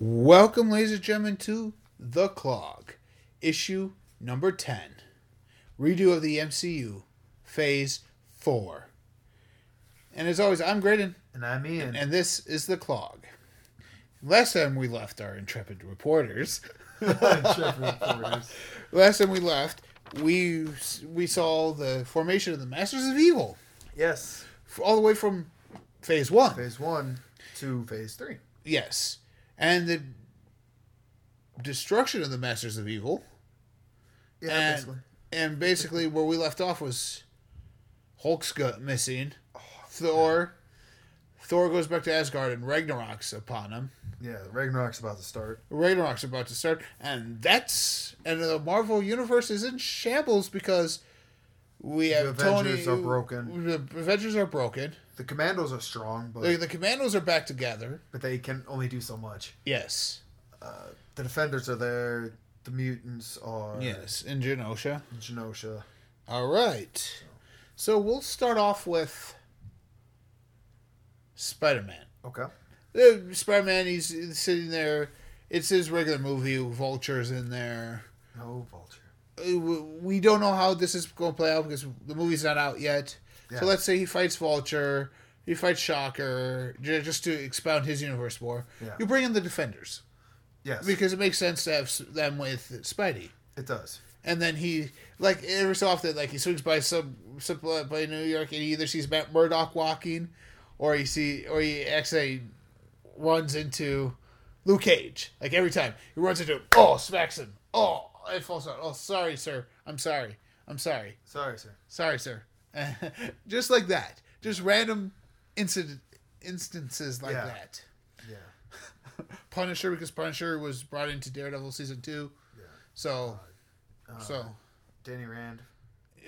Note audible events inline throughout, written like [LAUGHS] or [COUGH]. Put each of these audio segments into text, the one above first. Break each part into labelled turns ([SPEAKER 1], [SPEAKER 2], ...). [SPEAKER 1] Welcome, ladies and gentlemen, to The Clog, issue number 10, redo of the MCU, phase 4. And as always, I'm Graydon,
[SPEAKER 2] And I'm Ian. [LAUGHS]
[SPEAKER 1] and this is The Clog. Last time we left our intrepid reporters,
[SPEAKER 2] Jeff Reporters.
[SPEAKER 1] last time we left, we we saw the formation of the Masters of Evil,
[SPEAKER 2] Yes.
[SPEAKER 1] f- all the way from phase 1.
[SPEAKER 2] Phase one to phase three.
[SPEAKER 1] Yes. And the destruction of the Masters of Evil.
[SPEAKER 2] Yeah,
[SPEAKER 1] and,
[SPEAKER 2] basically.
[SPEAKER 1] and basically where we left off was Hulk's gut missing.
[SPEAKER 2] Oh,
[SPEAKER 1] Thor Thor goes back to Asgard and Ragnarok's upon him.
[SPEAKER 2] Yeah, Ragnarok's about to start.
[SPEAKER 1] Ragnarok's about to start and that's and the Marvel universe is in shambles because we have
[SPEAKER 2] Avengers
[SPEAKER 1] Tony
[SPEAKER 2] are broken.
[SPEAKER 1] The Avengers are broken.
[SPEAKER 2] The Commandos are strong, but
[SPEAKER 1] The, the Commandos are back together.
[SPEAKER 2] but they can only do so much.
[SPEAKER 1] Yes.
[SPEAKER 2] The Defenders are there. The Mutants are
[SPEAKER 1] Yes, in Genosha.
[SPEAKER 2] Genosha.
[SPEAKER 1] All right. So we'll start off with Spider-Man.
[SPEAKER 2] Okay.
[SPEAKER 1] Uh, Spider-Man, he's sitting there. It's his regular movie. Vulture's in there.
[SPEAKER 2] No Vulture.
[SPEAKER 1] Uh, We don't know how this is going to play out because the movie's not out yet.
[SPEAKER 2] Yeah.
[SPEAKER 1] So let's say he fights Vulture. He fights Shocker. ju- Just to expound his universe more.
[SPEAKER 2] Yeah.
[SPEAKER 1] You bring in the Defenders
[SPEAKER 2] Yes,
[SPEAKER 1] because it makes sense to have s- them with Spidey.
[SPEAKER 2] it does.
[SPEAKER 1] and then he like every so often like he swings by some some uh, by New York and he either sees Matt Murdock walking, or he see or he actually runs into Luke Cage. Like every time he runs into him, oh smacks him, oh it falls out. Oh sorry sir, I'm sorry, I'm sorry,
[SPEAKER 2] Sorry, sir.
[SPEAKER 1] sorry sir, [LAUGHS] just like that, just random incident instances like
[SPEAKER 2] Yeah.
[SPEAKER 1] that.
[SPEAKER 2] Yeah.
[SPEAKER 1] Punisher because Punisher was brought into Daredevil season two,
[SPEAKER 2] Yeah.
[SPEAKER 1] so so.
[SPEAKER 2] Danny Rand.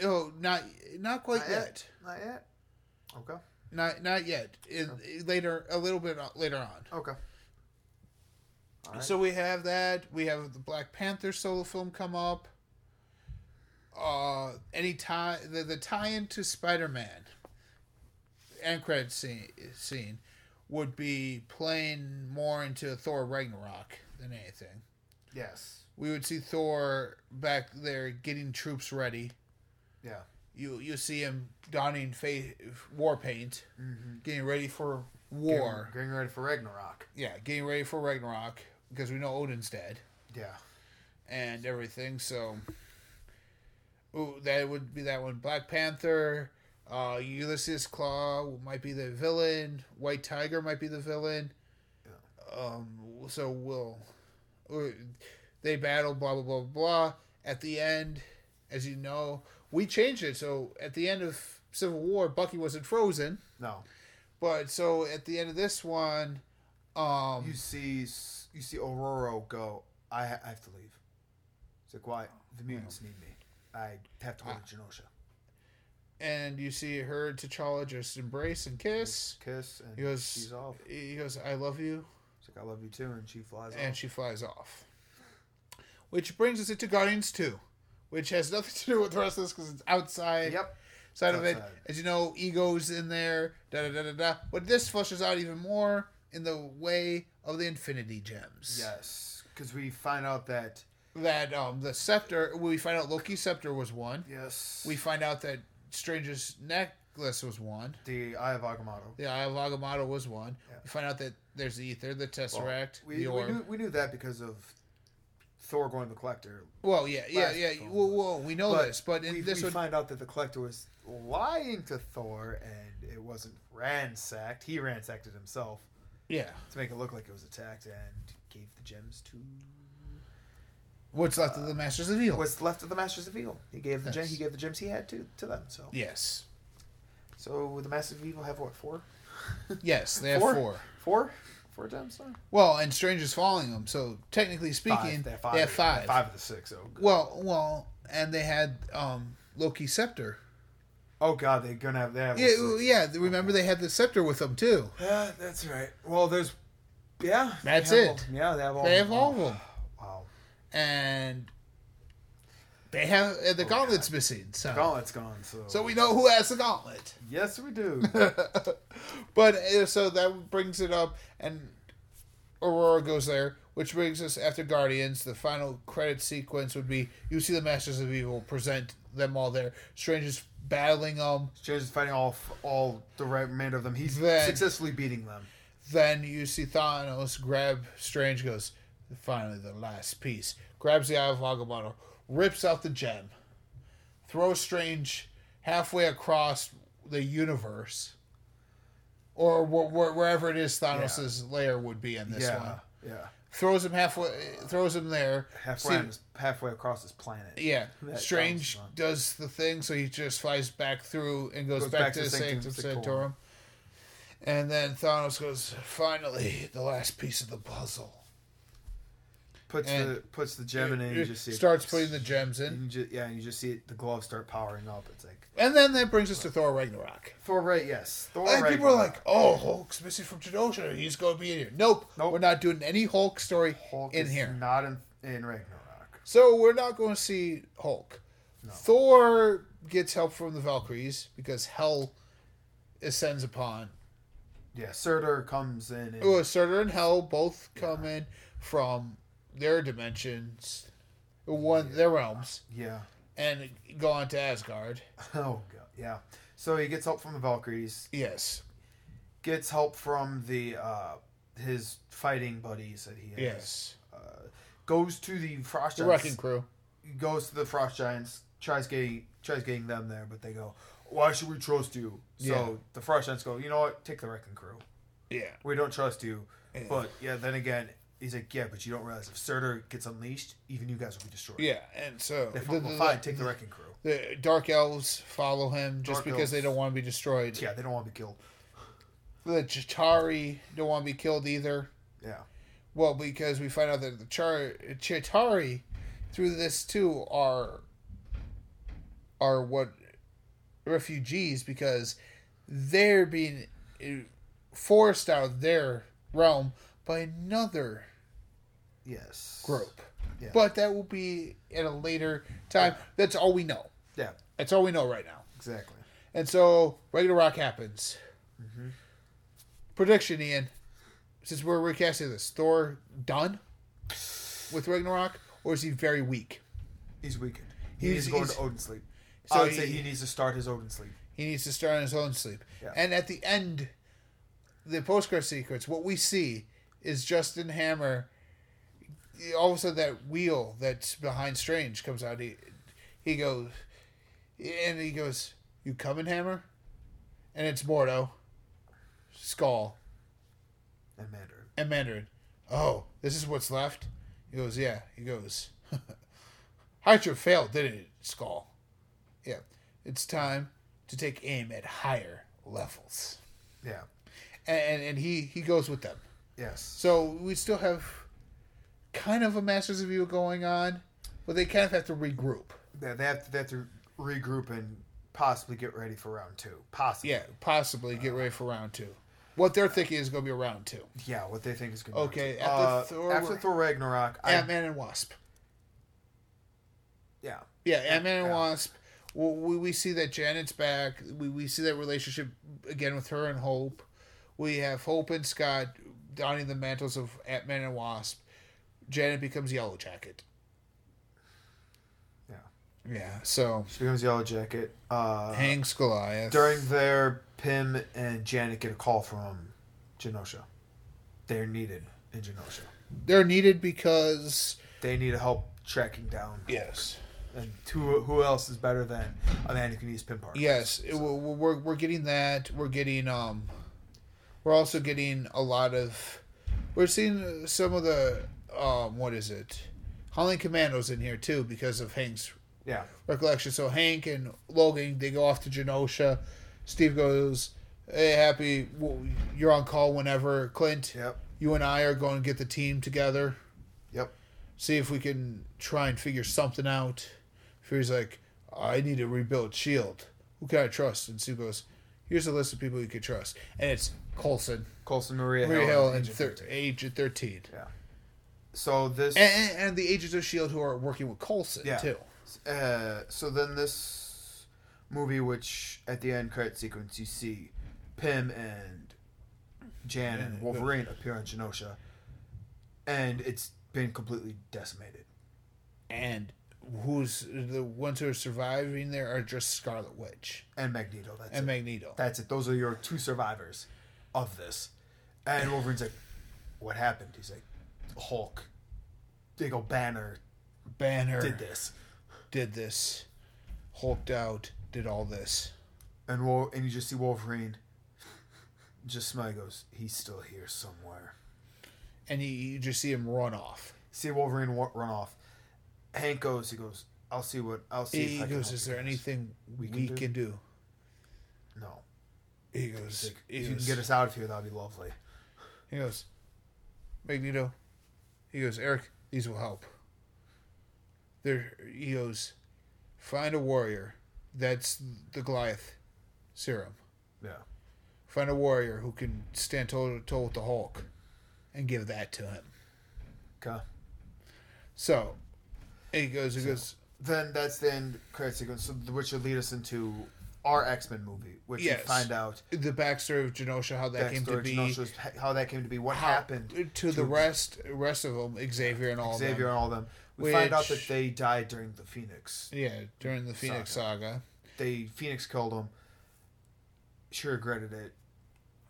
[SPEAKER 1] Oh, not not quite
[SPEAKER 2] Not
[SPEAKER 1] yet.
[SPEAKER 2] Not yet. Okay.
[SPEAKER 1] Not not yet. In, Later, a little bit o- later on.
[SPEAKER 2] Okay. Alright.
[SPEAKER 1] So we have that. We have the Black Panther solo film come up. Uh, any tie the, the tie into Spider Man. End credit scene scene would be playing more into Thor Ragnarok than anything.
[SPEAKER 2] Yes.
[SPEAKER 1] We would see Thor back there getting troops ready.
[SPEAKER 2] Yeah.
[SPEAKER 1] you you see him donning fa- war paint, getting ready for
[SPEAKER 2] Getting-
[SPEAKER 1] war.
[SPEAKER 2] Getting ready for Ragnarok.
[SPEAKER 1] yeah, getting ready for Ragnarok because we know Odin's dead
[SPEAKER 2] Yeah.
[SPEAKER 1] and everything. So, ooh, that would be that one. Black Panther, uh, Ulysses Claw might be the villain. White Tiger might be the villain. Um, so we'll or they battle. Blah blah blah blah. At the end, as you know, we changed it. So at the end of Civil War, Bucky wasn't frozen.
[SPEAKER 2] No.
[SPEAKER 1] But so at the end of this one, um,
[SPEAKER 2] you see s- you see Aurora go. I, ha- I have to leave. It's like why the mutants
[SPEAKER 1] Oh.
[SPEAKER 2] need me. I have to
[SPEAKER 1] Ah.
[SPEAKER 2] go to Genosha.
[SPEAKER 1] and you see her and T'Challa just embrace and kiss.
[SPEAKER 2] Kiss and
[SPEAKER 1] He goes,
[SPEAKER 2] she's off.
[SPEAKER 1] He goes, I love you,
[SPEAKER 2] It's like I love you too, and she flies
[SPEAKER 1] and
[SPEAKER 2] off.
[SPEAKER 1] she flies off. Which brings us into Guardians Two, which has nothing to do with the rest of this because it's outside
[SPEAKER 2] Yep.
[SPEAKER 1] side of it.
[SPEAKER 2] outside.
[SPEAKER 1] As you know, ego's in there, da da da da da. But this flushes out even more in the way of the Infinity Gems.
[SPEAKER 2] Yes, because we find out that
[SPEAKER 1] That um the scepter we find out Loki's scepter was one.
[SPEAKER 2] yes,
[SPEAKER 1] We find out that Stranger's necklace was one.
[SPEAKER 2] the Eye of Agamotto.
[SPEAKER 1] The Eye of Agamotto was one.
[SPEAKER 2] Yeah.
[SPEAKER 1] We find out that there's the ether, the tesseract,
[SPEAKER 2] We,
[SPEAKER 1] the
[SPEAKER 2] we
[SPEAKER 1] orb.
[SPEAKER 2] knew we knew that because of Thor going to the Collector.
[SPEAKER 1] well, yeah, yeah,
[SPEAKER 2] last
[SPEAKER 1] yeah.
[SPEAKER 2] film.
[SPEAKER 1] Well, well, we know
[SPEAKER 2] But
[SPEAKER 1] this, but in
[SPEAKER 2] we,
[SPEAKER 1] this
[SPEAKER 2] we
[SPEAKER 1] one,
[SPEAKER 2] find out that the Collector was lying to Thor, and it wasn't ransacked. He ransacked it himself.
[SPEAKER 1] yeah,
[SPEAKER 2] to make it look like it was attacked and gave the gems to
[SPEAKER 1] what's left of the Masters of Evil?
[SPEAKER 2] what's left of the Masters of Evil. He gave the gem,
[SPEAKER 1] Yes.
[SPEAKER 2] he gave the gems he had to to them. So
[SPEAKER 1] Yes,
[SPEAKER 2] so the Masters of Evil have what four?
[SPEAKER 1] yes, they have four.
[SPEAKER 2] Four? Four gems. Now?
[SPEAKER 1] Well, and Stranger's following them, so technically speaking,
[SPEAKER 2] They have five.
[SPEAKER 1] they have
[SPEAKER 2] They
[SPEAKER 1] five.
[SPEAKER 2] have five of the six. Oh, God.
[SPEAKER 1] Well, well, and they had um Loki's scepter.
[SPEAKER 2] oh God, they're gonna have they have
[SPEAKER 1] Yeah,
[SPEAKER 2] six.
[SPEAKER 1] well, yeah. Remember, they had the scepter with them too.
[SPEAKER 2] Yeah, that's right. Well, there's yeah. they
[SPEAKER 1] That's
[SPEAKER 2] have all-
[SPEAKER 1] it.
[SPEAKER 2] yeah, they have all.
[SPEAKER 1] They have all of them,
[SPEAKER 2] Wow.
[SPEAKER 1] and they have and the
[SPEAKER 2] Oh,
[SPEAKER 1] gauntlet's missing. So,
[SPEAKER 2] Gauntlet's gone. So.
[SPEAKER 1] so we know who has the gauntlet. [LAUGHS]
[SPEAKER 2] yes, we do.
[SPEAKER 1] eh, but uh, so that brings it up, and Aurora goes there, which brings us after Guardians. The final credit sequence would be you see the Masters of Evil present them all there. Strange is battling um, them.
[SPEAKER 2] Strange is fighting all all the remainder of them. He's
[SPEAKER 1] Then-
[SPEAKER 2] successfully beating them.
[SPEAKER 1] Then you see Thanos grab Strange, goes, finally the last piece. Grabs the Eye of Agamotto, rips out the gem, throws Strange halfway across the universe, or wh- wh- wherever it is Thanos' lair would be in this
[SPEAKER 2] yeah,
[SPEAKER 1] one.
[SPEAKER 2] yeah.
[SPEAKER 1] Throws him halfway, throws him there.
[SPEAKER 2] Halfway
[SPEAKER 1] See-
[SPEAKER 2] on this- halfway across this planet.
[SPEAKER 1] yeah,
[SPEAKER 2] [LAUGHS] That
[SPEAKER 1] Strange
[SPEAKER 2] sounds fun.
[SPEAKER 1] does the thing, so he just flies back through and goes,
[SPEAKER 2] Goes
[SPEAKER 1] back,
[SPEAKER 2] back
[SPEAKER 1] to
[SPEAKER 2] to
[SPEAKER 1] the
[SPEAKER 2] Sanctum
[SPEAKER 1] Sanctum
[SPEAKER 2] Sanctorum.
[SPEAKER 1] Sanctorum. And then Thanos goes, finally, the last piece of the puzzle.
[SPEAKER 2] Puts the
[SPEAKER 1] and-
[SPEAKER 2] puts the gem in and you just see
[SPEAKER 1] starts
[SPEAKER 2] it,
[SPEAKER 1] putting the gems
[SPEAKER 2] and
[SPEAKER 1] in.
[SPEAKER 2] you ju- yeah, and you just see it, the gloves start powering up. It's like
[SPEAKER 1] And then that brings us to Thor Ragnarok.
[SPEAKER 2] Thor, right? Yes, Thor.
[SPEAKER 1] And people are
[SPEAKER 2] Ragnarok.
[SPEAKER 1] like, oh, Hulk's missing from Genosha. He's going to be in here. Nope.
[SPEAKER 2] Nope.
[SPEAKER 1] We're not doing any Hulk story
[SPEAKER 2] Hulk
[SPEAKER 1] in
[SPEAKER 2] is
[SPEAKER 1] here.
[SPEAKER 2] not in, in Ragnarok.
[SPEAKER 1] So we're not going to see Hulk. Thor gets help from the Valkyries because hell ascends upon
[SPEAKER 2] Yeah, Surtur comes in. And,
[SPEAKER 1] Well, Surtur and Hell both come in from their dimensions, one their realms,
[SPEAKER 2] yeah. [LAUGHS]
[SPEAKER 1] and go on to Asgard.
[SPEAKER 2] Oh god. Yeah. So he gets help from the Valkyries.
[SPEAKER 1] Yes,
[SPEAKER 2] Gets help from the uh, his fighting buddies that he has. Uh,
[SPEAKER 1] yes.
[SPEAKER 2] Goes to the Frost
[SPEAKER 1] The
[SPEAKER 2] Giants.
[SPEAKER 1] Wrecking Crew.
[SPEAKER 2] Goes to the Frost Giants. Tries getting tries getting them there, but they go, "Why should we trust you?" So
[SPEAKER 1] Yeah.
[SPEAKER 2] the Frost Giants go, "You know what? Take the Wrecking Crew.
[SPEAKER 1] Yeah,
[SPEAKER 2] We don't trust you." But yeah, then again, he's like, "Yeah, but you don't realize if Surtur gets unleashed, even you guys will be destroyed."
[SPEAKER 1] yeah. And so
[SPEAKER 2] They
[SPEAKER 1] the,
[SPEAKER 2] fucking
[SPEAKER 1] the-
[SPEAKER 2] fine. Take the Wrecking Crew.
[SPEAKER 1] the Dark Elves follow him just
[SPEAKER 2] Dark
[SPEAKER 1] because they
[SPEAKER 2] Elves.
[SPEAKER 1] don't want to be destroyed.
[SPEAKER 2] Yeah, they don't want to be killed.
[SPEAKER 1] The Chitari don't want to be killed either.
[SPEAKER 2] Yeah.
[SPEAKER 1] Well, because we find out that the Char- Chitari, through this too, are are what refugees because they're being eh, forced out of their realm by another
[SPEAKER 2] Yes.
[SPEAKER 1] group.
[SPEAKER 2] Yeah.
[SPEAKER 1] But that will be at a later time. That's all we know.
[SPEAKER 2] Yeah.
[SPEAKER 1] That's all we know right now.
[SPEAKER 2] Exactly.
[SPEAKER 1] And so regular rock happens. Prediction, Ian. Since we're recasting this, Thor done with Ragnarok, or is he very weak?
[SPEAKER 2] He's weakened. He
[SPEAKER 1] He's-
[SPEAKER 2] needs to go
[SPEAKER 1] he's-
[SPEAKER 2] into Odin sleep.
[SPEAKER 1] So
[SPEAKER 2] I would say
[SPEAKER 1] he-
[SPEAKER 2] he needs to start his Odin sleep.
[SPEAKER 1] He needs to start on his own sleep.
[SPEAKER 2] Yeah.
[SPEAKER 1] And at the end, the postcard sequence, what we see is Justin Hammer. All of a sudden, that wheel that's behind Strange comes out. He, he goes, and he goes, "You coming, Hammer?" And it's Mordo, Skull,
[SPEAKER 2] And Mandarin.
[SPEAKER 1] and Mandarin. Oh, this is what's left? He goes, Yeah. He goes, [LAUGHS] Hydra failed, didn't it, Skull? Yeah. It's time to take aim at higher levels.
[SPEAKER 2] Yeah.
[SPEAKER 1] And, and, and he, he goes with them.
[SPEAKER 2] Yes.
[SPEAKER 1] So we still have kind of a Masters of Evil going on, but they kind of have to regroup.
[SPEAKER 2] They, they, have to, they have to regroup and possibly get ready for round two. Possibly.
[SPEAKER 1] Yeah, possibly get ready for round two. What they're thinking is going to be a round two.
[SPEAKER 2] Yeah, what they think is going to
[SPEAKER 1] Okay,
[SPEAKER 2] After,
[SPEAKER 1] after
[SPEAKER 2] uh,
[SPEAKER 1] Thor-
[SPEAKER 2] after Thor Ragnarok, I,
[SPEAKER 1] Ant Man and Wasp.
[SPEAKER 2] yeah.
[SPEAKER 1] Yeah, Ant Man and
[SPEAKER 2] Yeah.
[SPEAKER 1] Wasp. Well, we, we see that Janet's back. We, we see that relationship again with her and Hope. We have Hope and Scott donning the mantles of Ant Man and Wasp. Janet becomes Yellow Jacket.
[SPEAKER 2] Yeah.
[SPEAKER 1] Yeah, so
[SPEAKER 2] She becomes Yellow Jacket. Uh,
[SPEAKER 1] hangs Goliath.
[SPEAKER 2] during their Pym and Janet get a call from Genosha. They're needed in Genosha.
[SPEAKER 1] They're needed because.
[SPEAKER 2] They need help tracking down.
[SPEAKER 1] Yes.
[SPEAKER 2] And who, who else is better than a man who can use Pym Park?
[SPEAKER 1] Yes, it- we're, we're, we're getting that. We're getting. um, We're also getting a lot of. We're seeing some of the. um, What is it? Holland Commandos in here too because of Hank's
[SPEAKER 2] Yeah.
[SPEAKER 1] recollection. So Hank and Logan they go off to Genosha. Steve goes, "Hey, Happy, w- you're on call whenever." Clint,
[SPEAKER 2] Yep.
[SPEAKER 1] you and I are going to get the team together,
[SPEAKER 2] Yep.
[SPEAKER 1] see if we can try and figure something out. Fury's like, "I need to rebuild Shield. Who can I trust?" And Steve goes, "Here's a list of people you could trust, and it's Colson,
[SPEAKER 2] Colson Maria,
[SPEAKER 1] Maria
[SPEAKER 2] Hill,
[SPEAKER 1] Hill,
[SPEAKER 2] and
[SPEAKER 1] and
[SPEAKER 2] Agent
[SPEAKER 1] thir-
[SPEAKER 2] 13.
[SPEAKER 1] Agent Thirteen,
[SPEAKER 2] Yeah. So this.
[SPEAKER 1] and, and, and the Agents of Shield E who are working with Colson
[SPEAKER 2] Yeah.
[SPEAKER 1] too."
[SPEAKER 2] uh, so then this movie, which at the end credit sequence you see Pym and Jan and Wolverine appear on Genosha. and it's been completely decimated.
[SPEAKER 1] And who's the ones who are surviving there are just Scarlet Witch
[SPEAKER 2] And Magneto, that's
[SPEAKER 1] and
[SPEAKER 2] it.
[SPEAKER 1] Magneto.
[SPEAKER 2] that's it. Those are your two survivors of this. And Wolverine's like, what happened? He's like, Hulk. They go Banner
[SPEAKER 1] Banner
[SPEAKER 2] did this,
[SPEAKER 1] did this. Hulked out, did all this.
[SPEAKER 2] and Wol- and you just see Wolverine. Just smile goes, he's still here somewhere.
[SPEAKER 1] And you, you just see him run off.
[SPEAKER 2] See Wolverine wa- run off. Hank goes, he goes, I'll see what I'll see. if
[SPEAKER 1] He
[SPEAKER 2] I can
[SPEAKER 1] goes,
[SPEAKER 2] help
[SPEAKER 1] Is
[SPEAKER 2] you
[SPEAKER 1] there
[SPEAKER 2] guys."
[SPEAKER 1] anything we
[SPEAKER 2] we
[SPEAKER 1] can,
[SPEAKER 2] can do?"
[SPEAKER 1] do?
[SPEAKER 2] No.
[SPEAKER 1] He
[SPEAKER 2] He's
[SPEAKER 1] goes,
[SPEAKER 2] like,
[SPEAKER 1] he
[SPEAKER 2] if you can
[SPEAKER 1] goes,
[SPEAKER 2] get us out of here, that'd be lovely.
[SPEAKER 1] he goes, Magneto. He goes, Eric, these will help. There, he goes, find a warrior. That's the Goliath serum.
[SPEAKER 2] Yeah.
[SPEAKER 1] Find a warrior who can stand toe to toe with the Hulk, and give that to him.
[SPEAKER 2] Okay.
[SPEAKER 1] So, he goes, he goes,
[SPEAKER 2] Then that's the end credit sequence, so, which would lead us into our X Men movie, which we
[SPEAKER 1] Yes.
[SPEAKER 2] find out
[SPEAKER 1] the backstory of Genosha, how that came to
[SPEAKER 2] backstory,
[SPEAKER 1] be,
[SPEAKER 2] Genosha was- how that came to be, what
[SPEAKER 1] how-
[SPEAKER 2] happened
[SPEAKER 1] to, the rest rest of them, Xavier and all of them.
[SPEAKER 2] Xavier and all them. We find out that
[SPEAKER 1] Which-
[SPEAKER 2] they died during the Phoenix.
[SPEAKER 1] Yeah, during the Phoenix saga.
[SPEAKER 2] They Phoenix killed them. She regretted it.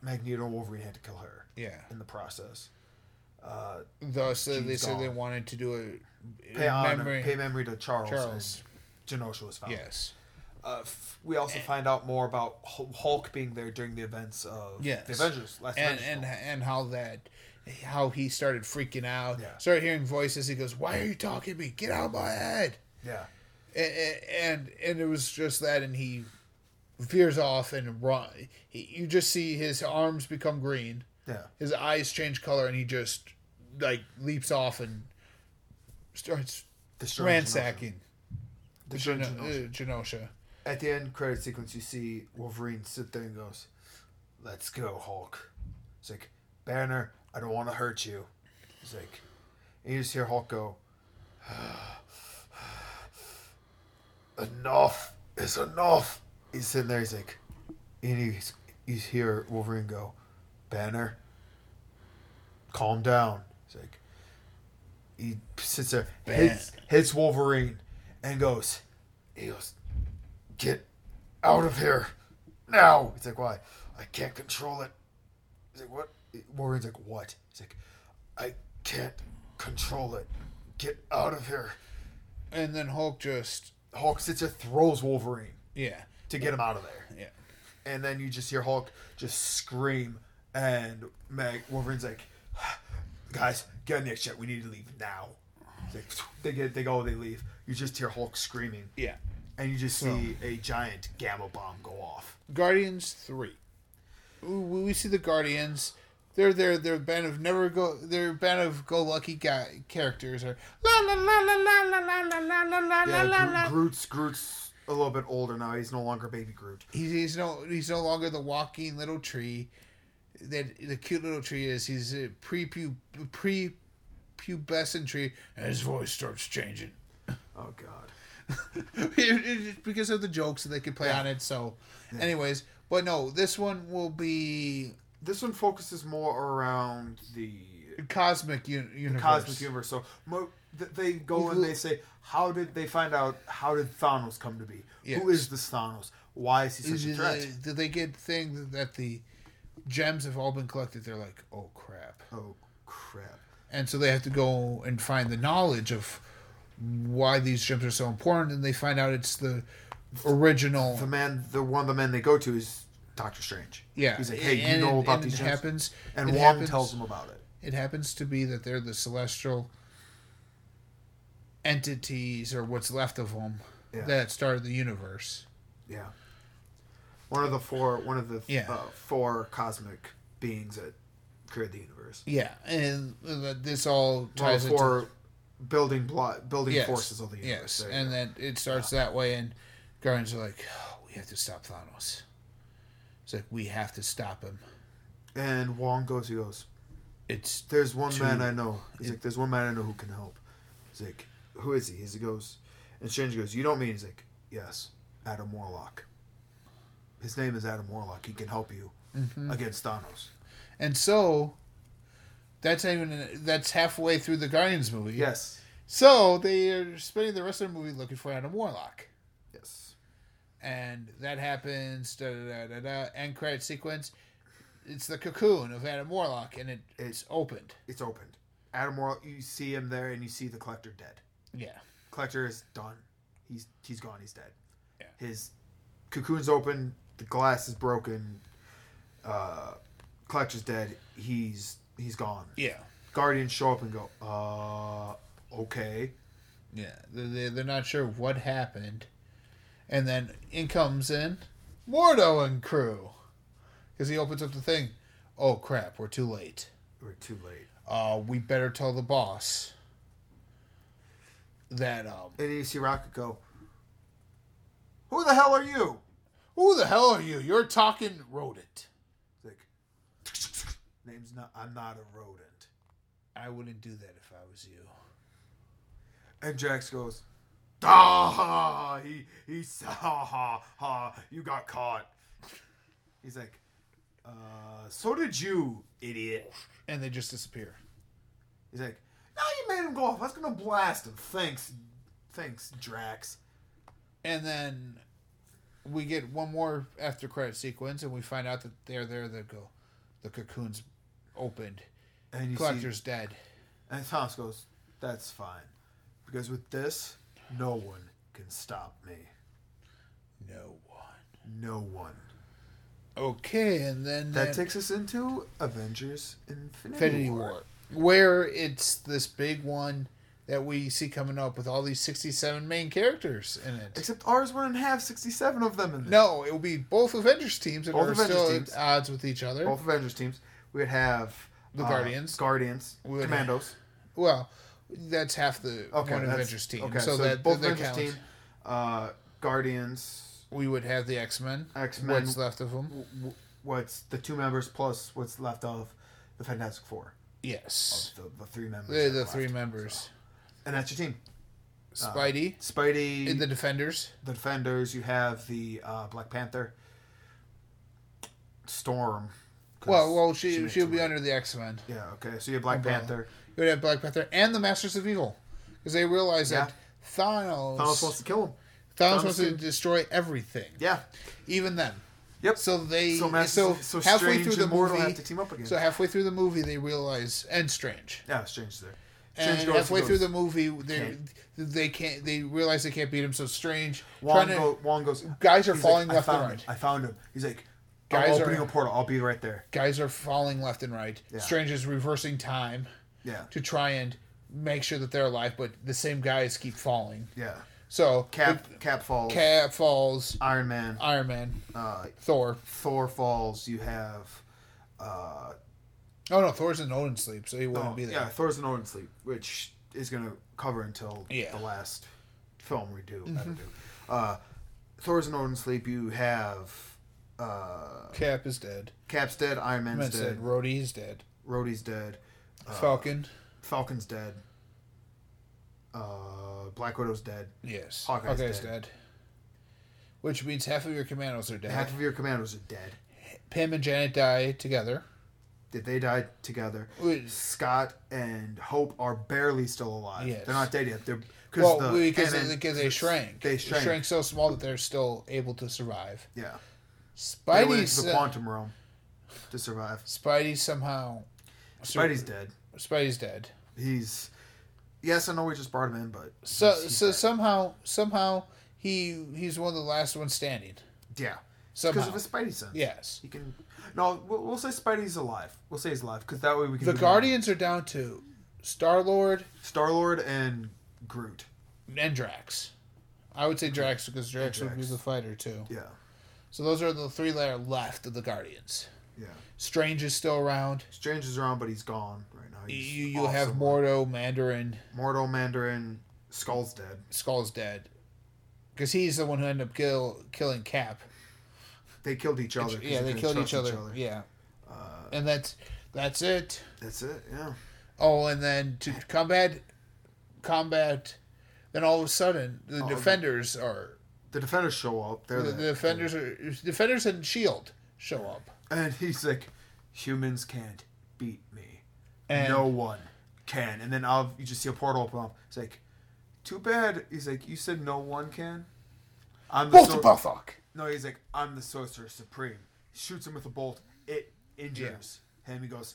[SPEAKER 2] Magneto and Wolverine had to kill her
[SPEAKER 1] Yeah.
[SPEAKER 2] in the process. Uh,
[SPEAKER 1] Thus, uh, they
[SPEAKER 2] Jean's
[SPEAKER 1] said they
[SPEAKER 2] gone.
[SPEAKER 1] wanted to do a
[SPEAKER 2] pay honor,
[SPEAKER 1] memory.
[SPEAKER 2] pay memory to Charles.
[SPEAKER 1] Charles.
[SPEAKER 2] And Genosha was found.
[SPEAKER 1] Yes.
[SPEAKER 2] Uh, f- we also find out more about Hul- Hulk being there during the events of
[SPEAKER 1] Yes.
[SPEAKER 2] the Avengers. Last
[SPEAKER 1] And
[SPEAKER 2] Avengers
[SPEAKER 1] and
[SPEAKER 2] film.
[SPEAKER 1] and how that how he started freaking out.
[SPEAKER 2] Yeah.
[SPEAKER 1] Started hearing voices. He goes, "Why are you talking to me? Get out of my head!"
[SPEAKER 2] yeah.
[SPEAKER 1] And and, and it was just that, and he veers off and run. He, you just see his arms become green.
[SPEAKER 2] Yeah.
[SPEAKER 1] his eyes change color and he just like leaps off and starts
[SPEAKER 2] Destroying
[SPEAKER 1] ransacking
[SPEAKER 2] Genosha.
[SPEAKER 1] the
[SPEAKER 2] Destroying
[SPEAKER 1] Geno-
[SPEAKER 2] Genosha.
[SPEAKER 1] uh, Genosha.
[SPEAKER 2] At the end credit sequence, you see Wolverine sit there and goes, "Let's go, Hulk." It's like Banner, I don't want to hurt you. It's like, and you just hear Hulk go, "Enough is enough." He's sitting there. He's like, and you you hear Wolverine go, "Banner, calm down." It's like he sits there, hits hits Wolverine, and goes, he goes, get out of here now. He's like, why? I can't control it. He's like, what? Wolverine's like, what? He's like, I can't control it. Get out of here.
[SPEAKER 1] And then Hulk just
[SPEAKER 2] Hulk sits there, throws Wolverine
[SPEAKER 1] yeah
[SPEAKER 2] to get him out of there.
[SPEAKER 1] yeah
[SPEAKER 2] And then you just hear Hulk just scream, and Meg Wolverine's like, guys, get on the shit. We need to leave now. He's like, they get, they go, they leave. You just hear Hulk screaming,
[SPEAKER 1] yeah.
[SPEAKER 2] and you just see a giant gamma bomb go off.
[SPEAKER 1] Guardians three. Ooh, We see the Guardians. They're they're they're a band of never go they're a band of go lucky guy characters are la la la la la la la la la la la la la la
[SPEAKER 2] Yeah, Gro- Groot's Groot's a little bit older now. He's no longer baby Groot.
[SPEAKER 1] he's, he's no he's no longer the walking little tree that the cute little tree is he's a pre pre pubescent tree and his voice starts changing
[SPEAKER 2] Oh God.
[SPEAKER 1] [LAUGHS] It- it- it's because of the jokes that they could play on it so anyways but no this one will be
[SPEAKER 2] This one focuses more around the
[SPEAKER 1] cosmic un- universe
[SPEAKER 2] cosmic universe. So mo- th- they go and they say, how did they find out? How did Thanos come to be?
[SPEAKER 1] Yes.
[SPEAKER 2] Who is this Thanos? Why is he such a
[SPEAKER 1] Did
[SPEAKER 2] threat?
[SPEAKER 1] they, did they get thing that the gems have all been collected they're like oh crap
[SPEAKER 2] Oh crap!
[SPEAKER 1] and so they have to go and find the knowledge of why these gems are so important and they find out it's the original
[SPEAKER 2] The man, the one, of the men they go to is Doctor Strange.
[SPEAKER 1] yeah
[SPEAKER 2] He's like, hey,
[SPEAKER 1] and
[SPEAKER 2] you know
[SPEAKER 1] it-
[SPEAKER 2] about
[SPEAKER 1] and
[SPEAKER 2] these
[SPEAKER 1] it
[SPEAKER 2] gems?
[SPEAKER 1] happens
[SPEAKER 2] and
[SPEAKER 1] it
[SPEAKER 2] Wong
[SPEAKER 1] happens,
[SPEAKER 2] tells him about it.
[SPEAKER 1] it happens to be that they're the celestial entities or what's left of them
[SPEAKER 2] Yeah.
[SPEAKER 1] that started the universe
[SPEAKER 2] Yeah. One of the four, one of the
[SPEAKER 1] Yeah.
[SPEAKER 2] uh, four cosmic beings that created the universe.
[SPEAKER 1] yeah and that this all
[SPEAKER 2] One of
[SPEAKER 1] ties
[SPEAKER 2] the
[SPEAKER 1] into
[SPEAKER 2] four building block, building
[SPEAKER 1] yes,
[SPEAKER 2] forces of the
[SPEAKER 1] yes
[SPEAKER 2] universe. There you
[SPEAKER 1] and
[SPEAKER 2] go.
[SPEAKER 1] then it starts that way and guardians are like "Oh, we have to stop thanos it's like we have to stop him
[SPEAKER 2] and Wong goes. He goes.
[SPEAKER 1] it's
[SPEAKER 2] There's one
[SPEAKER 1] Two.
[SPEAKER 2] man I know. He's like, there's one man I know who can help. He's like, who is he? He's- He goes, and Strange goes. You don't mean? He's like, yes, Adam Warlock. His name is Adam Warlock. He can help you against Thanos.
[SPEAKER 1] And so That's not even that's halfway through the Guardians movie.
[SPEAKER 2] Yes.
[SPEAKER 1] So they are spending the rest of the movie looking for Adam Warlock,
[SPEAKER 2] Yes.
[SPEAKER 1] and that happens. Da da da da. da end credit sequence. It's the cocoon of Adam Warlock, and it, it's opened.
[SPEAKER 2] It's opened. Adam Warlock, you see him there, and you see the collector dead.
[SPEAKER 1] Yeah.
[SPEAKER 2] Collector is done. He's he's gone. He's dead.
[SPEAKER 1] Yeah.
[SPEAKER 2] His cocoon's open. The glass is broken. Uh, collector's dead. He's he's gone.
[SPEAKER 1] Yeah.
[SPEAKER 2] Guardians show up and go. Uh, okay.
[SPEAKER 1] Yeah, they- they- they're not sure what happened, and then in comes in Mordo and crew, because he opens up the thing. Oh crap, we're too late.
[SPEAKER 2] We're too late.
[SPEAKER 1] Uh, we better tell the boss that um,
[SPEAKER 2] And then you see Rocket go. Who the hell are you?
[SPEAKER 1] who the hell are you? You're talking rodent.
[SPEAKER 2] It's Like, name's not. I'm not a rodent.
[SPEAKER 1] I wouldn't do that if I was you.
[SPEAKER 2] And Jax goes, ah, ha, he, he, s- ha, ha, ha, you got caught. He's like, uh, so did you, idiot.
[SPEAKER 1] And they just disappear.
[SPEAKER 2] He's like, no, you made him go off. I was going to blast him. Thanks, thanks, Drax.
[SPEAKER 1] And then we get one more after credit sequence, and we find out that they're there. They go, the cocoon's opened.
[SPEAKER 2] And you
[SPEAKER 1] Collector's dead.
[SPEAKER 2] see, and Thomas goes, that's fine. Because with this, no one can stop me.
[SPEAKER 1] No one.
[SPEAKER 2] No one.
[SPEAKER 1] Okay, and then
[SPEAKER 2] That
[SPEAKER 1] that
[SPEAKER 2] takes us into Avengers Infinity,
[SPEAKER 1] Infinity
[SPEAKER 2] War.
[SPEAKER 1] War, where it's this big one that we see coming up with all these sixty-seven main characters in it.
[SPEAKER 2] Except ours wouldn't have 67 of them in this.
[SPEAKER 1] No, it will be both Avengers teams that
[SPEAKER 2] Both
[SPEAKER 1] are
[SPEAKER 2] Avengers
[SPEAKER 1] still
[SPEAKER 2] teams.
[SPEAKER 1] at odds with each other.
[SPEAKER 2] both Avengers teams. We would have uh,
[SPEAKER 1] The Guardians.
[SPEAKER 2] Guardians,
[SPEAKER 1] We would
[SPEAKER 2] Commandos.
[SPEAKER 1] Well, that's half the
[SPEAKER 2] Okay,
[SPEAKER 1] one
[SPEAKER 2] that's-
[SPEAKER 1] Avengers team.
[SPEAKER 2] Okay,
[SPEAKER 1] so, that
[SPEAKER 2] both
[SPEAKER 1] that
[SPEAKER 2] Avengers
[SPEAKER 1] counts.
[SPEAKER 2] team, uh, Guardians.
[SPEAKER 1] we would have the X Men.
[SPEAKER 2] X-Men.
[SPEAKER 1] What's left of them?
[SPEAKER 2] w- w- What's the two members plus what's left of the Fantastic Four?
[SPEAKER 1] Yes,
[SPEAKER 2] The, Oh, the three members.
[SPEAKER 1] they're
[SPEAKER 2] that
[SPEAKER 1] the
[SPEAKER 2] are
[SPEAKER 1] three
[SPEAKER 2] left.
[SPEAKER 1] members.
[SPEAKER 2] And that's your team. Uh,
[SPEAKER 1] Spidey,
[SPEAKER 2] Spidey,
[SPEAKER 1] in the
[SPEAKER 2] the,
[SPEAKER 1] Defenders.
[SPEAKER 2] Defenders. You have the uh, Black Panther. Storm. 'cause
[SPEAKER 1] Well, well,
[SPEAKER 2] she
[SPEAKER 1] she
[SPEAKER 2] made
[SPEAKER 1] she'll
[SPEAKER 2] two
[SPEAKER 1] be
[SPEAKER 2] of-
[SPEAKER 1] under the X Men.
[SPEAKER 2] Yeah. Okay. So you have Black
[SPEAKER 1] umbrella.
[SPEAKER 2] Panther.
[SPEAKER 1] You would have Black Panther and the Masters of Evil, because they realize that Thanos
[SPEAKER 2] Thanos wants to kill him.
[SPEAKER 1] Thanos
[SPEAKER 2] Thanos
[SPEAKER 1] wants to
[SPEAKER 2] to-
[SPEAKER 1] destroy everything,
[SPEAKER 2] Yeah.
[SPEAKER 1] even them.
[SPEAKER 2] Yep.
[SPEAKER 1] So they so,
[SPEAKER 2] So Mas-
[SPEAKER 1] so
[SPEAKER 2] so
[SPEAKER 1] halfway
[SPEAKER 2] Strange
[SPEAKER 1] through the
[SPEAKER 2] and Mortal
[SPEAKER 1] movie,
[SPEAKER 2] have to team up again.
[SPEAKER 1] So halfway through the movie, they realize and Strange.
[SPEAKER 2] Yeah, Strange there.
[SPEAKER 1] And
[SPEAKER 2] Strange goes
[SPEAKER 1] halfway
[SPEAKER 2] goes,
[SPEAKER 1] through the movie, they
[SPEAKER 2] Can't.
[SPEAKER 1] they can't they realize they can't beat him. So Strange
[SPEAKER 2] Wong,
[SPEAKER 1] trying to
[SPEAKER 2] go, Wong goes.
[SPEAKER 1] guys are
[SPEAKER 2] he's
[SPEAKER 1] falling
[SPEAKER 2] like,
[SPEAKER 1] left
[SPEAKER 2] I
[SPEAKER 1] and
[SPEAKER 2] found
[SPEAKER 1] right.
[SPEAKER 2] Him. I found him. He's like,
[SPEAKER 1] Guys
[SPEAKER 2] I'm
[SPEAKER 1] are-
[SPEAKER 2] opening a portal. I'll be right there.
[SPEAKER 1] guys are falling left and right.
[SPEAKER 2] Yeah.
[SPEAKER 1] Strange is reversing time
[SPEAKER 2] Yeah,
[SPEAKER 1] to try and make sure that they're alive, but the same guys keep falling.
[SPEAKER 2] yeah.
[SPEAKER 1] So
[SPEAKER 2] Cap, Cap falls.
[SPEAKER 1] Cap falls.
[SPEAKER 2] Iron Man,
[SPEAKER 1] Iron Man,
[SPEAKER 2] uh,
[SPEAKER 1] Thor.
[SPEAKER 2] Thor falls. You have, uh,
[SPEAKER 1] Oh no, Thor's in Odin sleep, so he wouldn't
[SPEAKER 2] oh,
[SPEAKER 1] be there.
[SPEAKER 2] yeah, Thor's in Odin sleep, which is gonna cover until
[SPEAKER 1] Yeah. Mm-hmm.
[SPEAKER 2] the last film we do. ever do. Uh, Thor's in Odin sleep. You have, uh,
[SPEAKER 1] Cap is dead.
[SPEAKER 2] Cap's dead. Iron Man's
[SPEAKER 1] Man's
[SPEAKER 2] dead.
[SPEAKER 1] dead. Rhodey is dead.
[SPEAKER 2] Rhodey's dead. Uh,
[SPEAKER 1] Falcon.
[SPEAKER 2] Falcon's dead. Uh, Black Widow's dead.
[SPEAKER 1] Yes.
[SPEAKER 2] Hawkeye's
[SPEAKER 1] Hawkeye's dead.
[SPEAKER 2] dead.
[SPEAKER 1] Which means half of your commandos are dead.
[SPEAKER 2] Half of your commandos are dead.
[SPEAKER 1] Pym and Janet die together.
[SPEAKER 2] Did they die together?
[SPEAKER 1] Wait.
[SPEAKER 2] Scott and Hope are barely still alive.
[SPEAKER 1] Yes.
[SPEAKER 2] They're not dead yet. They're cause
[SPEAKER 1] Well,
[SPEAKER 2] the
[SPEAKER 1] because
[SPEAKER 2] Ant-Man-
[SPEAKER 1] they, because they shrank.
[SPEAKER 2] They shrank.
[SPEAKER 1] so small that they're still able to survive.
[SPEAKER 2] Yeah, they
[SPEAKER 1] Spidey,
[SPEAKER 2] went into the
[SPEAKER 1] so-
[SPEAKER 2] quantum realm to survive.
[SPEAKER 1] Spidey somehow.
[SPEAKER 2] Spidey's dead.
[SPEAKER 1] Spidey's dead.
[SPEAKER 2] He's yes, I know we just brought him in, but
[SPEAKER 1] So
[SPEAKER 2] he's- he's
[SPEAKER 1] so
[SPEAKER 2] dead.
[SPEAKER 1] somehow somehow he he's one of the last ones standing.
[SPEAKER 2] yeah, because
[SPEAKER 1] Somehow.
[SPEAKER 2] of his Spidey sense.
[SPEAKER 1] Yes.
[SPEAKER 2] he can. No, we'll, we'll say Spidey's alive. We'll say he's alive because that way we can.
[SPEAKER 1] The Guardians are down to Star Lord
[SPEAKER 2] Star Lord, and Groot.
[SPEAKER 1] and Drax. I would say Drax because Drax, would be
[SPEAKER 2] Drax.
[SPEAKER 1] the fighter too.
[SPEAKER 2] Yeah,
[SPEAKER 1] So those are the three that are left of the Guardians.
[SPEAKER 2] yeah.
[SPEAKER 1] Strange is still around.
[SPEAKER 2] Strange is around, but he's gone right now.
[SPEAKER 1] You
[SPEAKER 2] He's
[SPEAKER 1] you
[SPEAKER 2] off
[SPEAKER 1] have
[SPEAKER 2] somewhere.
[SPEAKER 1] Mordo, Mandarin,
[SPEAKER 2] Mortal Mandarin. Skull's dead.
[SPEAKER 1] Skull's dead, because he's the one who ended up kill killing Cap.
[SPEAKER 2] They killed each other. 'cause
[SPEAKER 1] Yeah, they
[SPEAKER 2] couldn't
[SPEAKER 1] killed
[SPEAKER 2] trust
[SPEAKER 1] each other. Yeah,
[SPEAKER 2] Uh,
[SPEAKER 1] and that's that's it.
[SPEAKER 2] That's it. Yeah.
[SPEAKER 1] Oh, and then to combat, combat, then all of a sudden the defenders are
[SPEAKER 2] The defenders show up. They're
[SPEAKER 1] the,
[SPEAKER 2] Oh, the,
[SPEAKER 1] the defenders are defenders and Shield show up.
[SPEAKER 2] and he's like, humans can't beat me.
[SPEAKER 1] And
[SPEAKER 2] no one can. And then I'll you just see a portal open up. It's like, too bad. He's like, you said no one can. I'm the
[SPEAKER 1] both
[SPEAKER 2] sor-
[SPEAKER 1] of Balthok.
[SPEAKER 2] No, he's like, I'm the sorcerer supreme. Shoots him with a bolt. It injures him. He goes,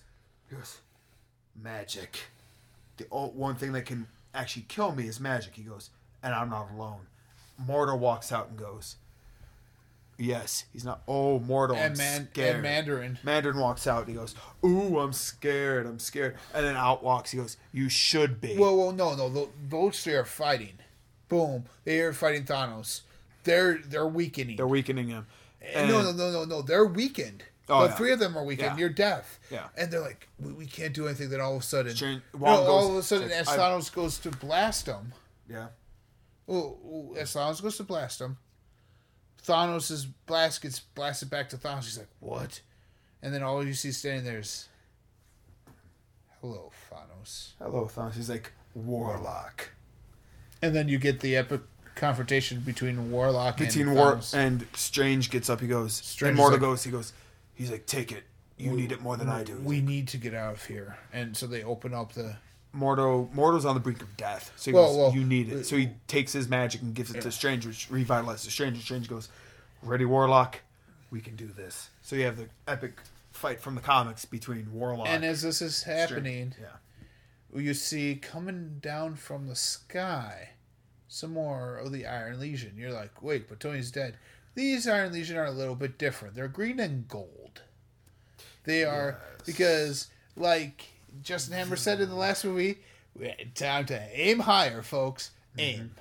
[SPEAKER 2] he goes, magic. The o- one thing that can actually kill me is magic. He goes, and I'm not alone. Mortal walks out and goes, yes, he's not. Oh, Mortal, I'm
[SPEAKER 1] And, man-
[SPEAKER 2] scared.
[SPEAKER 1] and Mandarin.
[SPEAKER 2] Mandarin walks out and he goes, ooh, I'm scared. I'm scared. And then out walks. He goes, you should be.
[SPEAKER 1] Whoa, whoa, no, no. tho- Those three are fighting. Boom. They are fighting Thanos. They're they're weakening. Eh,
[SPEAKER 2] They're weakening him. And-
[SPEAKER 1] no, no, no, no, no. They're weakened.
[SPEAKER 2] Oh,
[SPEAKER 1] the
[SPEAKER 2] yeah.
[SPEAKER 1] three of them are weakened.
[SPEAKER 2] Yeah.
[SPEAKER 1] You're deaf.
[SPEAKER 2] Yeah.
[SPEAKER 1] And they're like, we, we can't do anything. Then all of a sudden,
[SPEAKER 2] Shane-
[SPEAKER 1] No,
[SPEAKER 2] Wong
[SPEAKER 1] all
[SPEAKER 2] goes-
[SPEAKER 1] of a sudden, as
[SPEAKER 2] says, "I-
[SPEAKER 1] Thanos goes to blast them,
[SPEAKER 2] Yeah.
[SPEAKER 1] oh, oh, as Thanos goes to blast them, Thanos' blast gets blasted back to Thanos. He's like, what? And then all you see standing there is, hello, Thanos.
[SPEAKER 2] Hello, Thanos. He's like, warlock.
[SPEAKER 1] And then you get the epic confrontation between Warlock
[SPEAKER 2] Between
[SPEAKER 1] and
[SPEAKER 2] War
[SPEAKER 1] Thanos.
[SPEAKER 2] and Strange gets up. He goes.
[SPEAKER 1] Strange
[SPEAKER 2] and
[SPEAKER 1] is
[SPEAKER 2] Mortal
[SPEAKER 1] like-
[SPEAKER 2] goes. He goes. He's like, take it. You need it more than I do.
[SPEAKER 1] We need to get out of here. And so they open up the.
[SPEAKER 2] Mortal Mortal's on the brink of death. So he
[SPEAKER 1] Whoa,
[SPEAKER 2] goes,
[SPEAKER 1] whoa.
[SPEAKER 2] you need it. So he takes his magic and gives it to Strange, which revitalizes Strange. And Strange goes, ready, Warlock. We can do this. So you have the epic fight from the comics between Warlock
[SPEAKER 1] And as this is happening,
[SPEAKER 2] Strange. Yeah.
[SPEAKER 1] you see coming down from the sky some more of the Iron Legion. You're like, wait, but Tony's dead. These Iron Legion are a little bit different. They're green and gold. They are because, like Justin Hammer said in the last movie, time to aim higher, folks. Aim.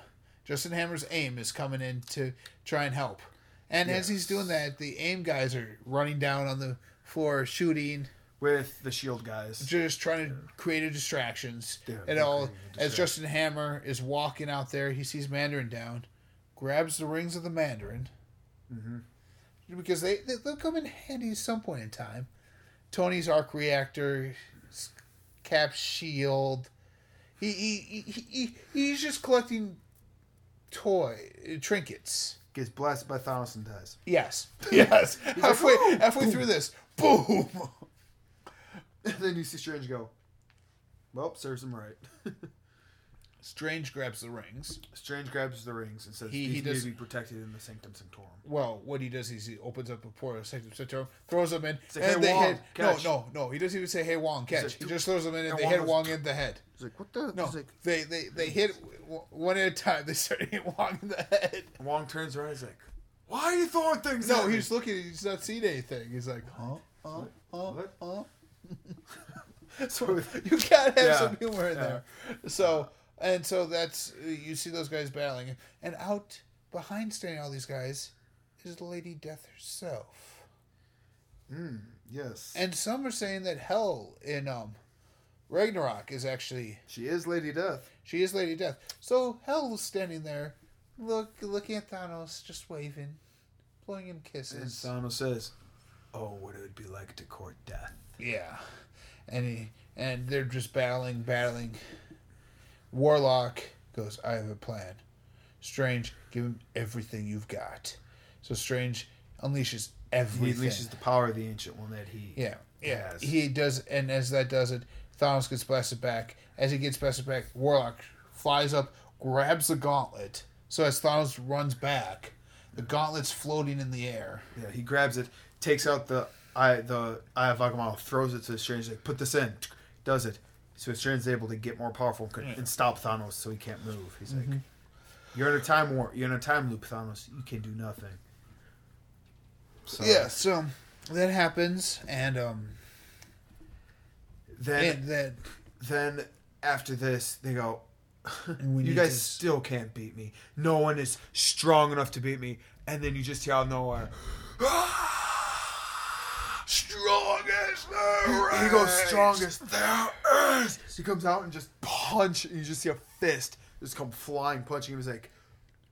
[SPEAKER 1] Justin Hammer's aim is coming in to try and help. And as he's doing that, the aim guys are running down on the floor, shooting
[SPEAKER 2] With the shield E guys.
[SPEAKER 1] just trying to create a distractions
[SPEAKER 2] Yeah,
[SPEAKER 1] and
[SPEAKER 2] they're
[SPEAKER 1] all
[SPEAKER 2] creating
[SPEAKER 1] as Justin Hammer is walking out there he sees Mandarin down grabs the rings of the Mandarin mm-hmm. because they, they they'll come in handy at some point in time Tony's arc reactor s- cap shield he he, he, he, he he's just collecting toy uh, trinkets
[SPEAKER 2] Gets blasted by Thanos and dies. [LAUGHS]
[SPEAKER 1] yes yes [LAUGHS] halfway halfway through this boom [LAUGHS]
[SPEAKER 2] then you see Strange go, well, serves him right. [LAUGHS]
[SPEAKER 1] Strange grabs the rings
[SPEAKER 2] Strange grabs the rings and says
[SPEAKER 1] He-
[SPEAKER 2] these
[SPEAKER 1] he
[SPEAKER 2] need
[SPEAKER 1] does-
[SPEAKER 2] to be protected in the Sanctum Sanctorum.
[SPEAKER 1] well, what he does is he opens up a portal, second sector, throws them in,
[SPEAKER 2] like,
[SPEAKER 1] and
[SPEAKER 2] "Hey,
[SPEAKER 1] they
[SPEAKER 2] Wong,
[SPEAKER 1] head.
[SPEAKER 2] catch."
[SPEAKER 1] No, no, no. He doesn't even say, "Hey, Wong, catch."
[SPEAKER 2] like,
[SPEAKER 1] he
[SPEAKER 2] "Dude."
[SPEAKER 1] just throws them in, and
[SPEAKER 2] And
[SPEAKER 1] they
[SPEAKER 2] Wong
[SPEAKER 1] hit
[SPEAKER 2] goes,
[SPEAKER 1] Wong in the head.
[SPEAKER 2] He's like, what the?
[SPEAKER 1] No,
[SPEAKER 2] He's like,
[SPEAKER 1] they they they hit w- one at a time. They start hitting Wong in the head.
[SPEAKER 2] Wong turns around. He's like, why are you throwing things?
[SPEAKER 1] No,
[SPEAKER 2] at me?"
[SPEAKER 1] he's looking. He's not seeing anything. He's like, "Huh, huh, huh,
[SPEAKER 2] What?
[SPEAKER 1] huh."
[SPEAKER 2] [LAUGHS] so
[SPEAKER 1] [LAUGHS] You gotta have
[SPEAKER 2] Yeah,
[SPEAKER 1] some humor in
[SPEAKER 2] yeah.
[SPEAKER 1] there. So and so that's you see those guys battling, and out behind standing all these guys is Lady Death herself.
[SPEAKER 2] yes,
[SPEAKER 1] And some are saying that hell in um, Ragnarok is actually
[SPEAKER 2] she is Lady Death.
[SPEAKER 1] she is Lady Death. So hell is standing there, look looking at Thanos, just waving, blowing him
[SPEAKER 2] And
[SPEAKER 1] kisses.
[SPEAKER 2] Thanos says, "Oh, what it would be like to court death."
[SPEAKER 1] yeah, and he and they're just battling, battling. Warlock goes, "I have a plan." Strange, give him everything you've got. So Strange unleashes
[SPEAKER 2] He
[SPEAKER 1] everything.
[SPEAKER 2] unleashes the power of the Ancient One that he.
[SPEAKER 1] Yeah, yeah.
[SPEAKER 2] Yes.
[SPEAKER 1] He does, and as that does it, Thanos gets blasted back. As he gets blasted back, Warlock flies up, grabs the gauntlet. So as Thanos runs back, the gauntlet's floating in the air.
[SPEAKER 2] Yeah, he grabs it, takes out the eye, the eye of Agamotto, throws it to Strange. Like, put this in. Does it? So Strange is able to get more powerful and, could- and stop Thanos, so he can't move. He's like,
[SPEAKER 1] Mm-hmm.
[SPEAKER 2] "You're in a time war. You're in a time loop, Thanos. You can do nothing." So
[SPEAKER 1] Yeah, so that happens, and um,
[SPEAKER 2] Then,
[SPEAKER 1] and that
[SPEAKER 2] then after this, they go,
[SPEAKER 1] and we
[SPEAKER 2] "You
[SPEAKER 1] need
[SPEAKER 2] guys
[SPEAKER 1] to-
[SPEAKER 2] still can't beat me. No one is strong enough to beat me." And then you just hear out of nowhere,
[SPEAKER 1] strongest. there
[SPEAKER 2] "He goes
[SPEAKER 1] is.
[SPEAKER 2] strongest there is." He comes out and just punch, and you just see a fist just come flying, punching him. He's like,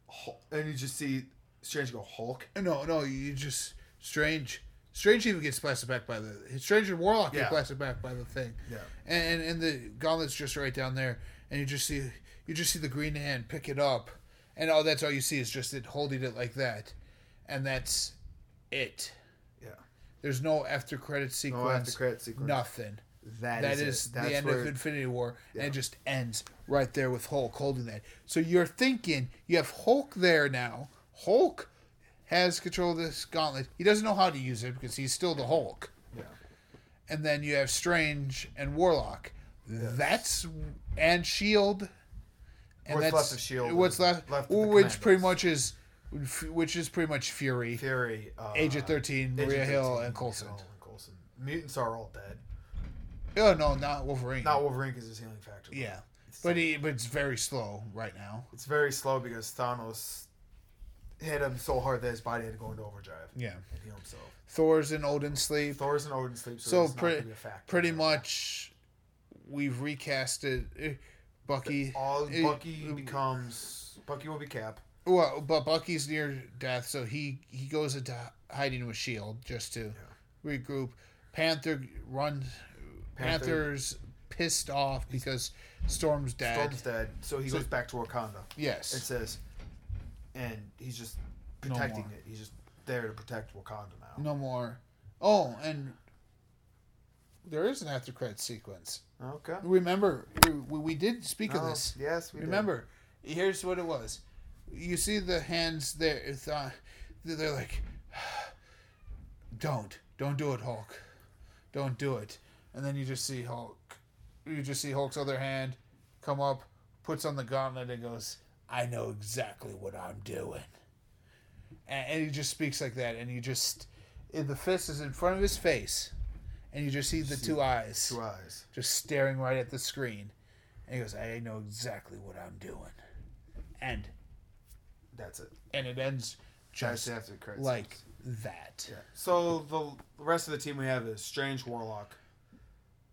[SPEAKER 2] Hulk. and you just see Strange go Hulk.
[SPEAKER 1] No, no, you just strange. Strange even gets blasted back by the Strange and Warlock
[SPEAKER 2] Yeah.
[SPEAKER 1] get blasted back by the thing.
[SPEAKER 2] Yeah.
[SPEAKER 1] And, and and the gauntlet's just right down there, and you just see you just see the green hand pick it up, and all that's all you see is just it holding it like that, and that's it.
[SPEAKER 2] Yeah,
[SPEAKER 1] There's no after credit
[SPEAKER 2] no
[SPEAKER 1] sequence.
[SPEAKER 2] after credit sequence.
[SPEAKER 1] Nothing. that is, the end of Infinity War, and it just ends right there with Hulk holding that. So you're thinking you have Hulk there now. Hulk has control of this gauntlet. He doesn't know how to use it because he's still the Hulk.
[SPEAKER 2] Yeah.
[SPEAKER 1] And then you have Strange and Warlock. That's and Shield. E And
[SPEAKER 2] What's left of S.H.I.E.L.D.
[SPEAKER 1] What's
[SPEAKER 2] is
[SPEAKER 1] left?
[SPEAKER 2] left of the
[SPEAKER 1] which pretty
[SPEAKER 2] Commandos.
[SPEAKER 1] much is, which is pretty much Fury.
[SPEAKER 2] Fury, uh,
[SPEAKER 1] Age of 13,
[SPEAKER 2] Age of
[SPEAKER 1] Maria Hill,
[SPEAKER 2] 13,
[SPEAKER 1] and Coulson.
[SPEAKER 2] Hill and Coulson. Mutants are all dead.
[SPEAKER 1] Oh no, not Wolverine.
[SPEAKER 2] Not Wolverine because his healing factor.
[SPEAKER 1] yeah, but he but it's very slow right now.
[SPEAKER 2] It's very slow because Thanos hit him so hard that his body had to go into overdrive
[SPEAKER 1] Yeah,
[SPEAKER 2] and heal himself.
[SPEAKER 1] Thor's in Odin sleep.
[SPEAKER 2] Thor's and Odin sleep, so,
[SPEAKER 1] So
[SPEAKER 2] it's
[SPEAKER 1] pretty
[SPEAKER 2] pretty, not gonna be a factor.
[SPEAKER 1] pretty much, we've recasted eh, Bucky.
[SPEAKER 2] All
[SPEAKER 1] eh,
[SPEAKER 2] Bucky becomes Bucky will be Cap.
[SPEAKER 1] Well, but Bucky's near death, so he he goes into hiding with Shield E just to regroup. Panther runs.
[SPEAKER 2] Panther-
[SPEAKER 1] Panther's pissed off because Storm's dead.
[SPEAKER 2] Storm's dead, so he goes back to Wakanda.
[SPEAKER 1] Yes.
[SPEAKER 2] It says, and he's just protecting
[SPEAKER 1] more.
[SPEAKER 2] it. He's just there to protect Wakanda now.
[SPEAKER 1] No more. Oh, and there is an after credit sequence.
[SPEAKER 2] Okay.
[SPEAKER 1] Remember, we, we did speak
[SPEAKER 2] No,
[SPEAKER 1] of this.
[SPEAKER 2] Yes, Oh, we did.
[SPEAKER 1] Remember, here's what it was. You see the hands there. It's, uh, they're like, [SIGHS] don't, don't do it, Hulk, don't do it. And then you just see Hulk, you just see Hulk's other hand come up, puts on the gauntlet, and goes, "I know exactly what I'm doing." And, and he just speaks like that, and you just, and the fist is in front of his face, and you just see the two eyes
[SPEAKER 2] Two eyes.
[SPEAKER 1] just staring right at the screen. And he goes, I know exactly what I'm doing. And
[SPEAKER 2] That's it.
[SPEAKER 1] and it ends just
[SPEAKER 2] That's the after credits.
[SPEAKER 1] like that.
[SPEAKER 2] Yeah. So the rest of the team we have is Strange, Warlock,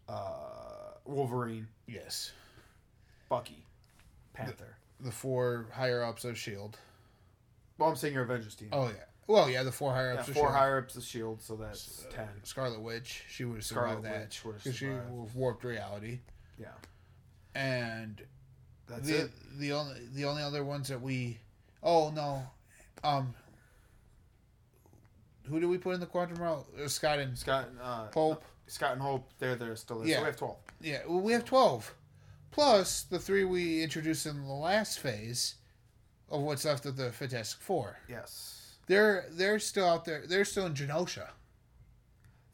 [SPEAKER 2] uh, Wolverine,
[SPEAKER 1] Yes.
[SPEAKER 2] Bucky, Panther.
[SPEAKER 1] The four higher ups of Shield.
[SPEAKER 2] Well, I'm saying your Avengers team.
[SPEAKER 1] E Oh yeah. Well yeah, the four higher
[SPEAKER 2] yeah,
[SPEAKER 1] ups of
[SPEAKER 2] four
[SPEAKER 1] Shield.
[SPEAKER 2] higher ups of Shield, so that's ten.
[SPEAKER 1] E Scarlet Witch, she would have
[SPEAKER 2] Scarlet
[SPEAKER 1] survived that.
[SPEAKER 2] Witch would've
[SPEAKER 1] Because she
[SPEAKER 2] survived.
[SPEAKER 1] wa- warped reality.
[SPEAKER 2] Yeah,
[SPEAKER 1] And
[SPEAKER 2] that's
[SPEAKER 1] the
[SPEAKER 2] it.
[SPEAKER 1] the only the only other ones that we oh no. Um who do we put in the quantum realm? Uh, Scott and
[SPEAKER 2] Scott, uh,
[SPEAKER 1] Pope.
[SPEAKER 2] Scott and Hope, they're there still. There.
[SPEAKER 1] Yeah.
[SPEAKER 2] So we have twelve.
[SPEAKER 1] Yeah, well, we have 12. Plus the three we introduced in the last phase of what's left of the Fantastic Four.
[SPEAKER 2] Yes,
[SPEAKER 1] They're they're still out there. They're still in Genosha.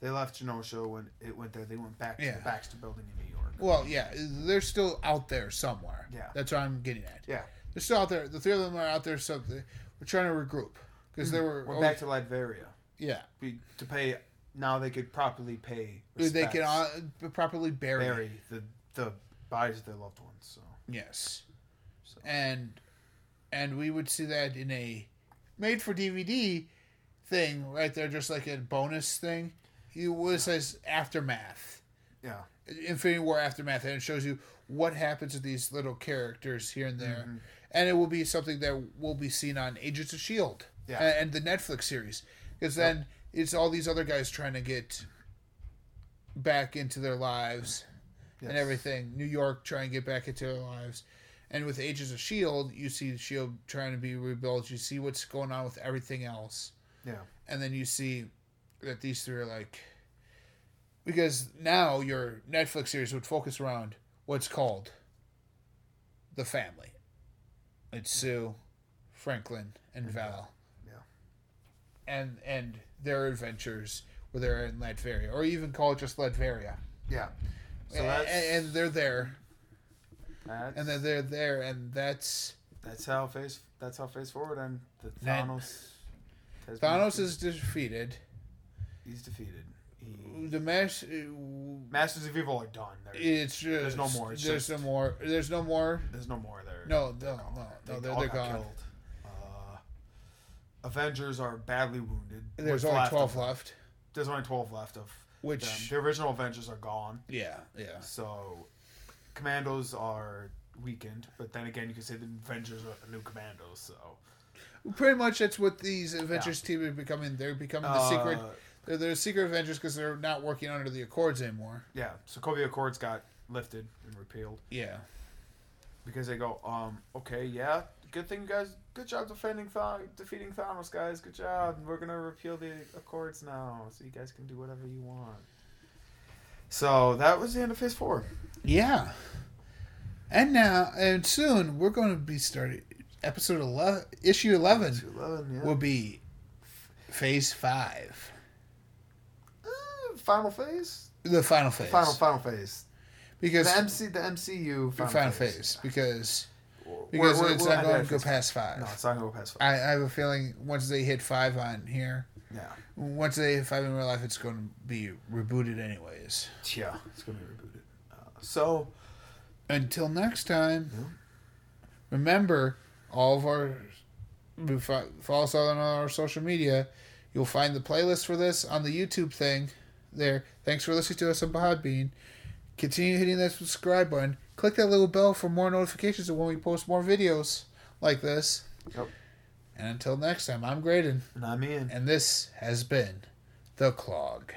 [SPEAKER 2] they left Genosha when it went there. They went back to
[SPEAKER 1] Yeah.
[SPEAKER 2] the Baxter Building in New York.
[SPEAKER 1] Well, yeah, they're still out there somewhere.
[SPEAKER 2] Yeah.
[SPEAKER 1] That's what I'm getting at.
[SPEAKER 2] Yeah,
[SPEAKER 1] They're still out there. The three of them are out there. So they- we're trying to regroup. Because they were.
[SPEAKER 2] Mm. we're back to Latveria.
[SPEAKER 1] Yeah.
[SPEAKER 2] We, to pay now, they could properly pay.
[SPEAKER 1] They
[SPEAKER 2] respects,
[SPEAKER 1] can uh, properly bury.
[SPEAKER 2] bury the the bodies of their loved ones. So
[SPEAKER 1] Yes.
[SPEAKER 2] So-
[SPEAKER 1] And and we would see that in a made for DVD thing right there, just like a bonus thing. It was says aftermath,
[SPEAKER 2] yeah,
[SPEAKER 1] Infinity War aftermath, and it shows you what happens to these little characters here and there.
[SPEAKER 2] Mm-hmm.
[SPEAKER 1] And it will be something that will be seen on Agents of Shield
[SPEAKER 2] Yeah.
[SPEAKER 1] E a- and, the Netflix series, because then it's all these other guys trying to get back into their lives and
[SPEAKER 2] Yes.
[SPEAKER 1] everything. New York trying to get back into their lives. And with Agents of S.H.I.E.L.D., you see S.H.I.E.L.D. trying to be rebuilt. You see what's going on with everything else.
[SPEAKER 2] Yeah,
[SPEAKER 1] And then you see that these three are like. Because now your Netflix series would focus around what's called the family. It's Sue, Franklin, and Val.
[SPEAKER 2] Yeah.
[SPEAKER 1] And and their adventures where they're in Latveria, or even call it just Latveria.
[SPEAKER 2] yeah. So
[SPEAKER 1] A-
[SPEAKER 2] that's
[SPEAKER 1] and, and they're there,
[SPEAKER 2] that's,
[SPEAKER 1] and then they're there, and that's
[SPEAKER 2] that's how face that's how face forward and the
[SPEAKER 1] Then-
[SPEAKER 2] Thanos. has been
[SPEAKER 1] Thanos
[SPEAKER 2] defeated.
[SPEAKER 1] is defeated.
[SPEAKER 2] he's defeated. He,
[SPEAKER 1] The mesh,
[SPEAKER 2] Masters of Evil are done. There,
[SPEAKER 1] it's just, there's
[SPEAKER 2] no more, it's
[SPEAKER 1] There's
[SPEAKER 2] just-
[SPEAKER 1] no more. There's no more.
[SPEAKER 2] there's no more there.
[SPEAKER 1] No, no, no, no. They're,
[SPEAKER 2] all
[SPEAKER 1] they're
[SPEAKER 2] got
[SPEAKER 1] gone.
[SPEAKER 2] killed. Uh, Avengers are badly wounded.
[SPEAKER 1] There's
[SPEAKER 2] What's
[SPEAKER 1] only
[SPEAKER 2] left
[SPEAKER 1] twelve
[SPEAKER 2] of them?
[SPEAKER 1] left.
[SPEAKER 2] There's only twelve left of
[SPEAKER 1] Which-
[SPEAKER 2] them. The original Avengers are gone.
[SPEAKER 1] Yeah, yeah.
[SPEAKER 2] So, Commandos are weakened. But then again, you could say the Avengers are the new Commandos. So
[SPEAKER 1] Pretty much that's what these Avengers team are becoming. They're becoming the secret.
[SPEAKER 2] Uh,
[SPEAKER 1] They're, they're secret Avengers because they're not working under the Accords anymore.
[SPEAKER 2] Yeah, Sokovia Accords got lifted and repealed
[SPEAKER 1] Yeah,
[SPEAKER 2] because they go, um, okay, yeah, good thing, you guys, good job defending Thanos, defeating Thanos, guys, good job. We're gonna repeal the Accords now, so you guys can do whatever you want. So that was the end of Phase Four.
[SPEAKER 1] Yeah. And now, and soon, we're going to be starting episode 11, issue 11
[SPEAKER 2] Two eleven, yeah.
[SPEAKER 1] will be phase five,
[SPEAKER 2] Uh, final phase.
[SPEAKER 1] the final phase.
[SPEAKER 2] Final final phase.
[SPEAKER 1] because
[SPEAKER 2] the MC the MCU
[SPEAKER 1] the
[SPEAKER 2] final,
[SPEAKER 1] final, phase. because
[SPEAKER 2] We're-
[SPEAKER 1] because
[SPEAKER 2] we're-
[SPEAKER 1] it's
[SPEAKER 2] we're
[SPEAKER 1] not
[SPEAKER 2] at
[SPEAKER 1] going to go
[SPEAKER 2] phase-
[SPEAKER 1] past five.
[SPEAKER 2] No, it's not gonna go past five.
[SPEAKER 1] I, I have a feeling once they hit five on here,
[SPEAKER 2] Yeah.
[SPEAKER 1] once they hit five in real life, it's going to be rebooted anyways.
[SPEAKER 2] Yeah, it's gonna be rebooted. Uh, so
[SPEAKER 1] Until next time,
[SPEAKER 2] Yeah.
[SPEAKER 1] remember all of our we fo- follow us on our social media. You'll find the playlist for this on the YouTube thing. There. Thanks for listening to us on Podbean. Continue hitting that subscribe button. Click that little bell for more notifications of when we post more videos like this.
[SPEAKER 2] Yep.
[SPEAKER 1] And until next time, I'm Graydon,
[SPEAKER 2] and I'm in.
[SPEAKER 1] and this has been the Clog.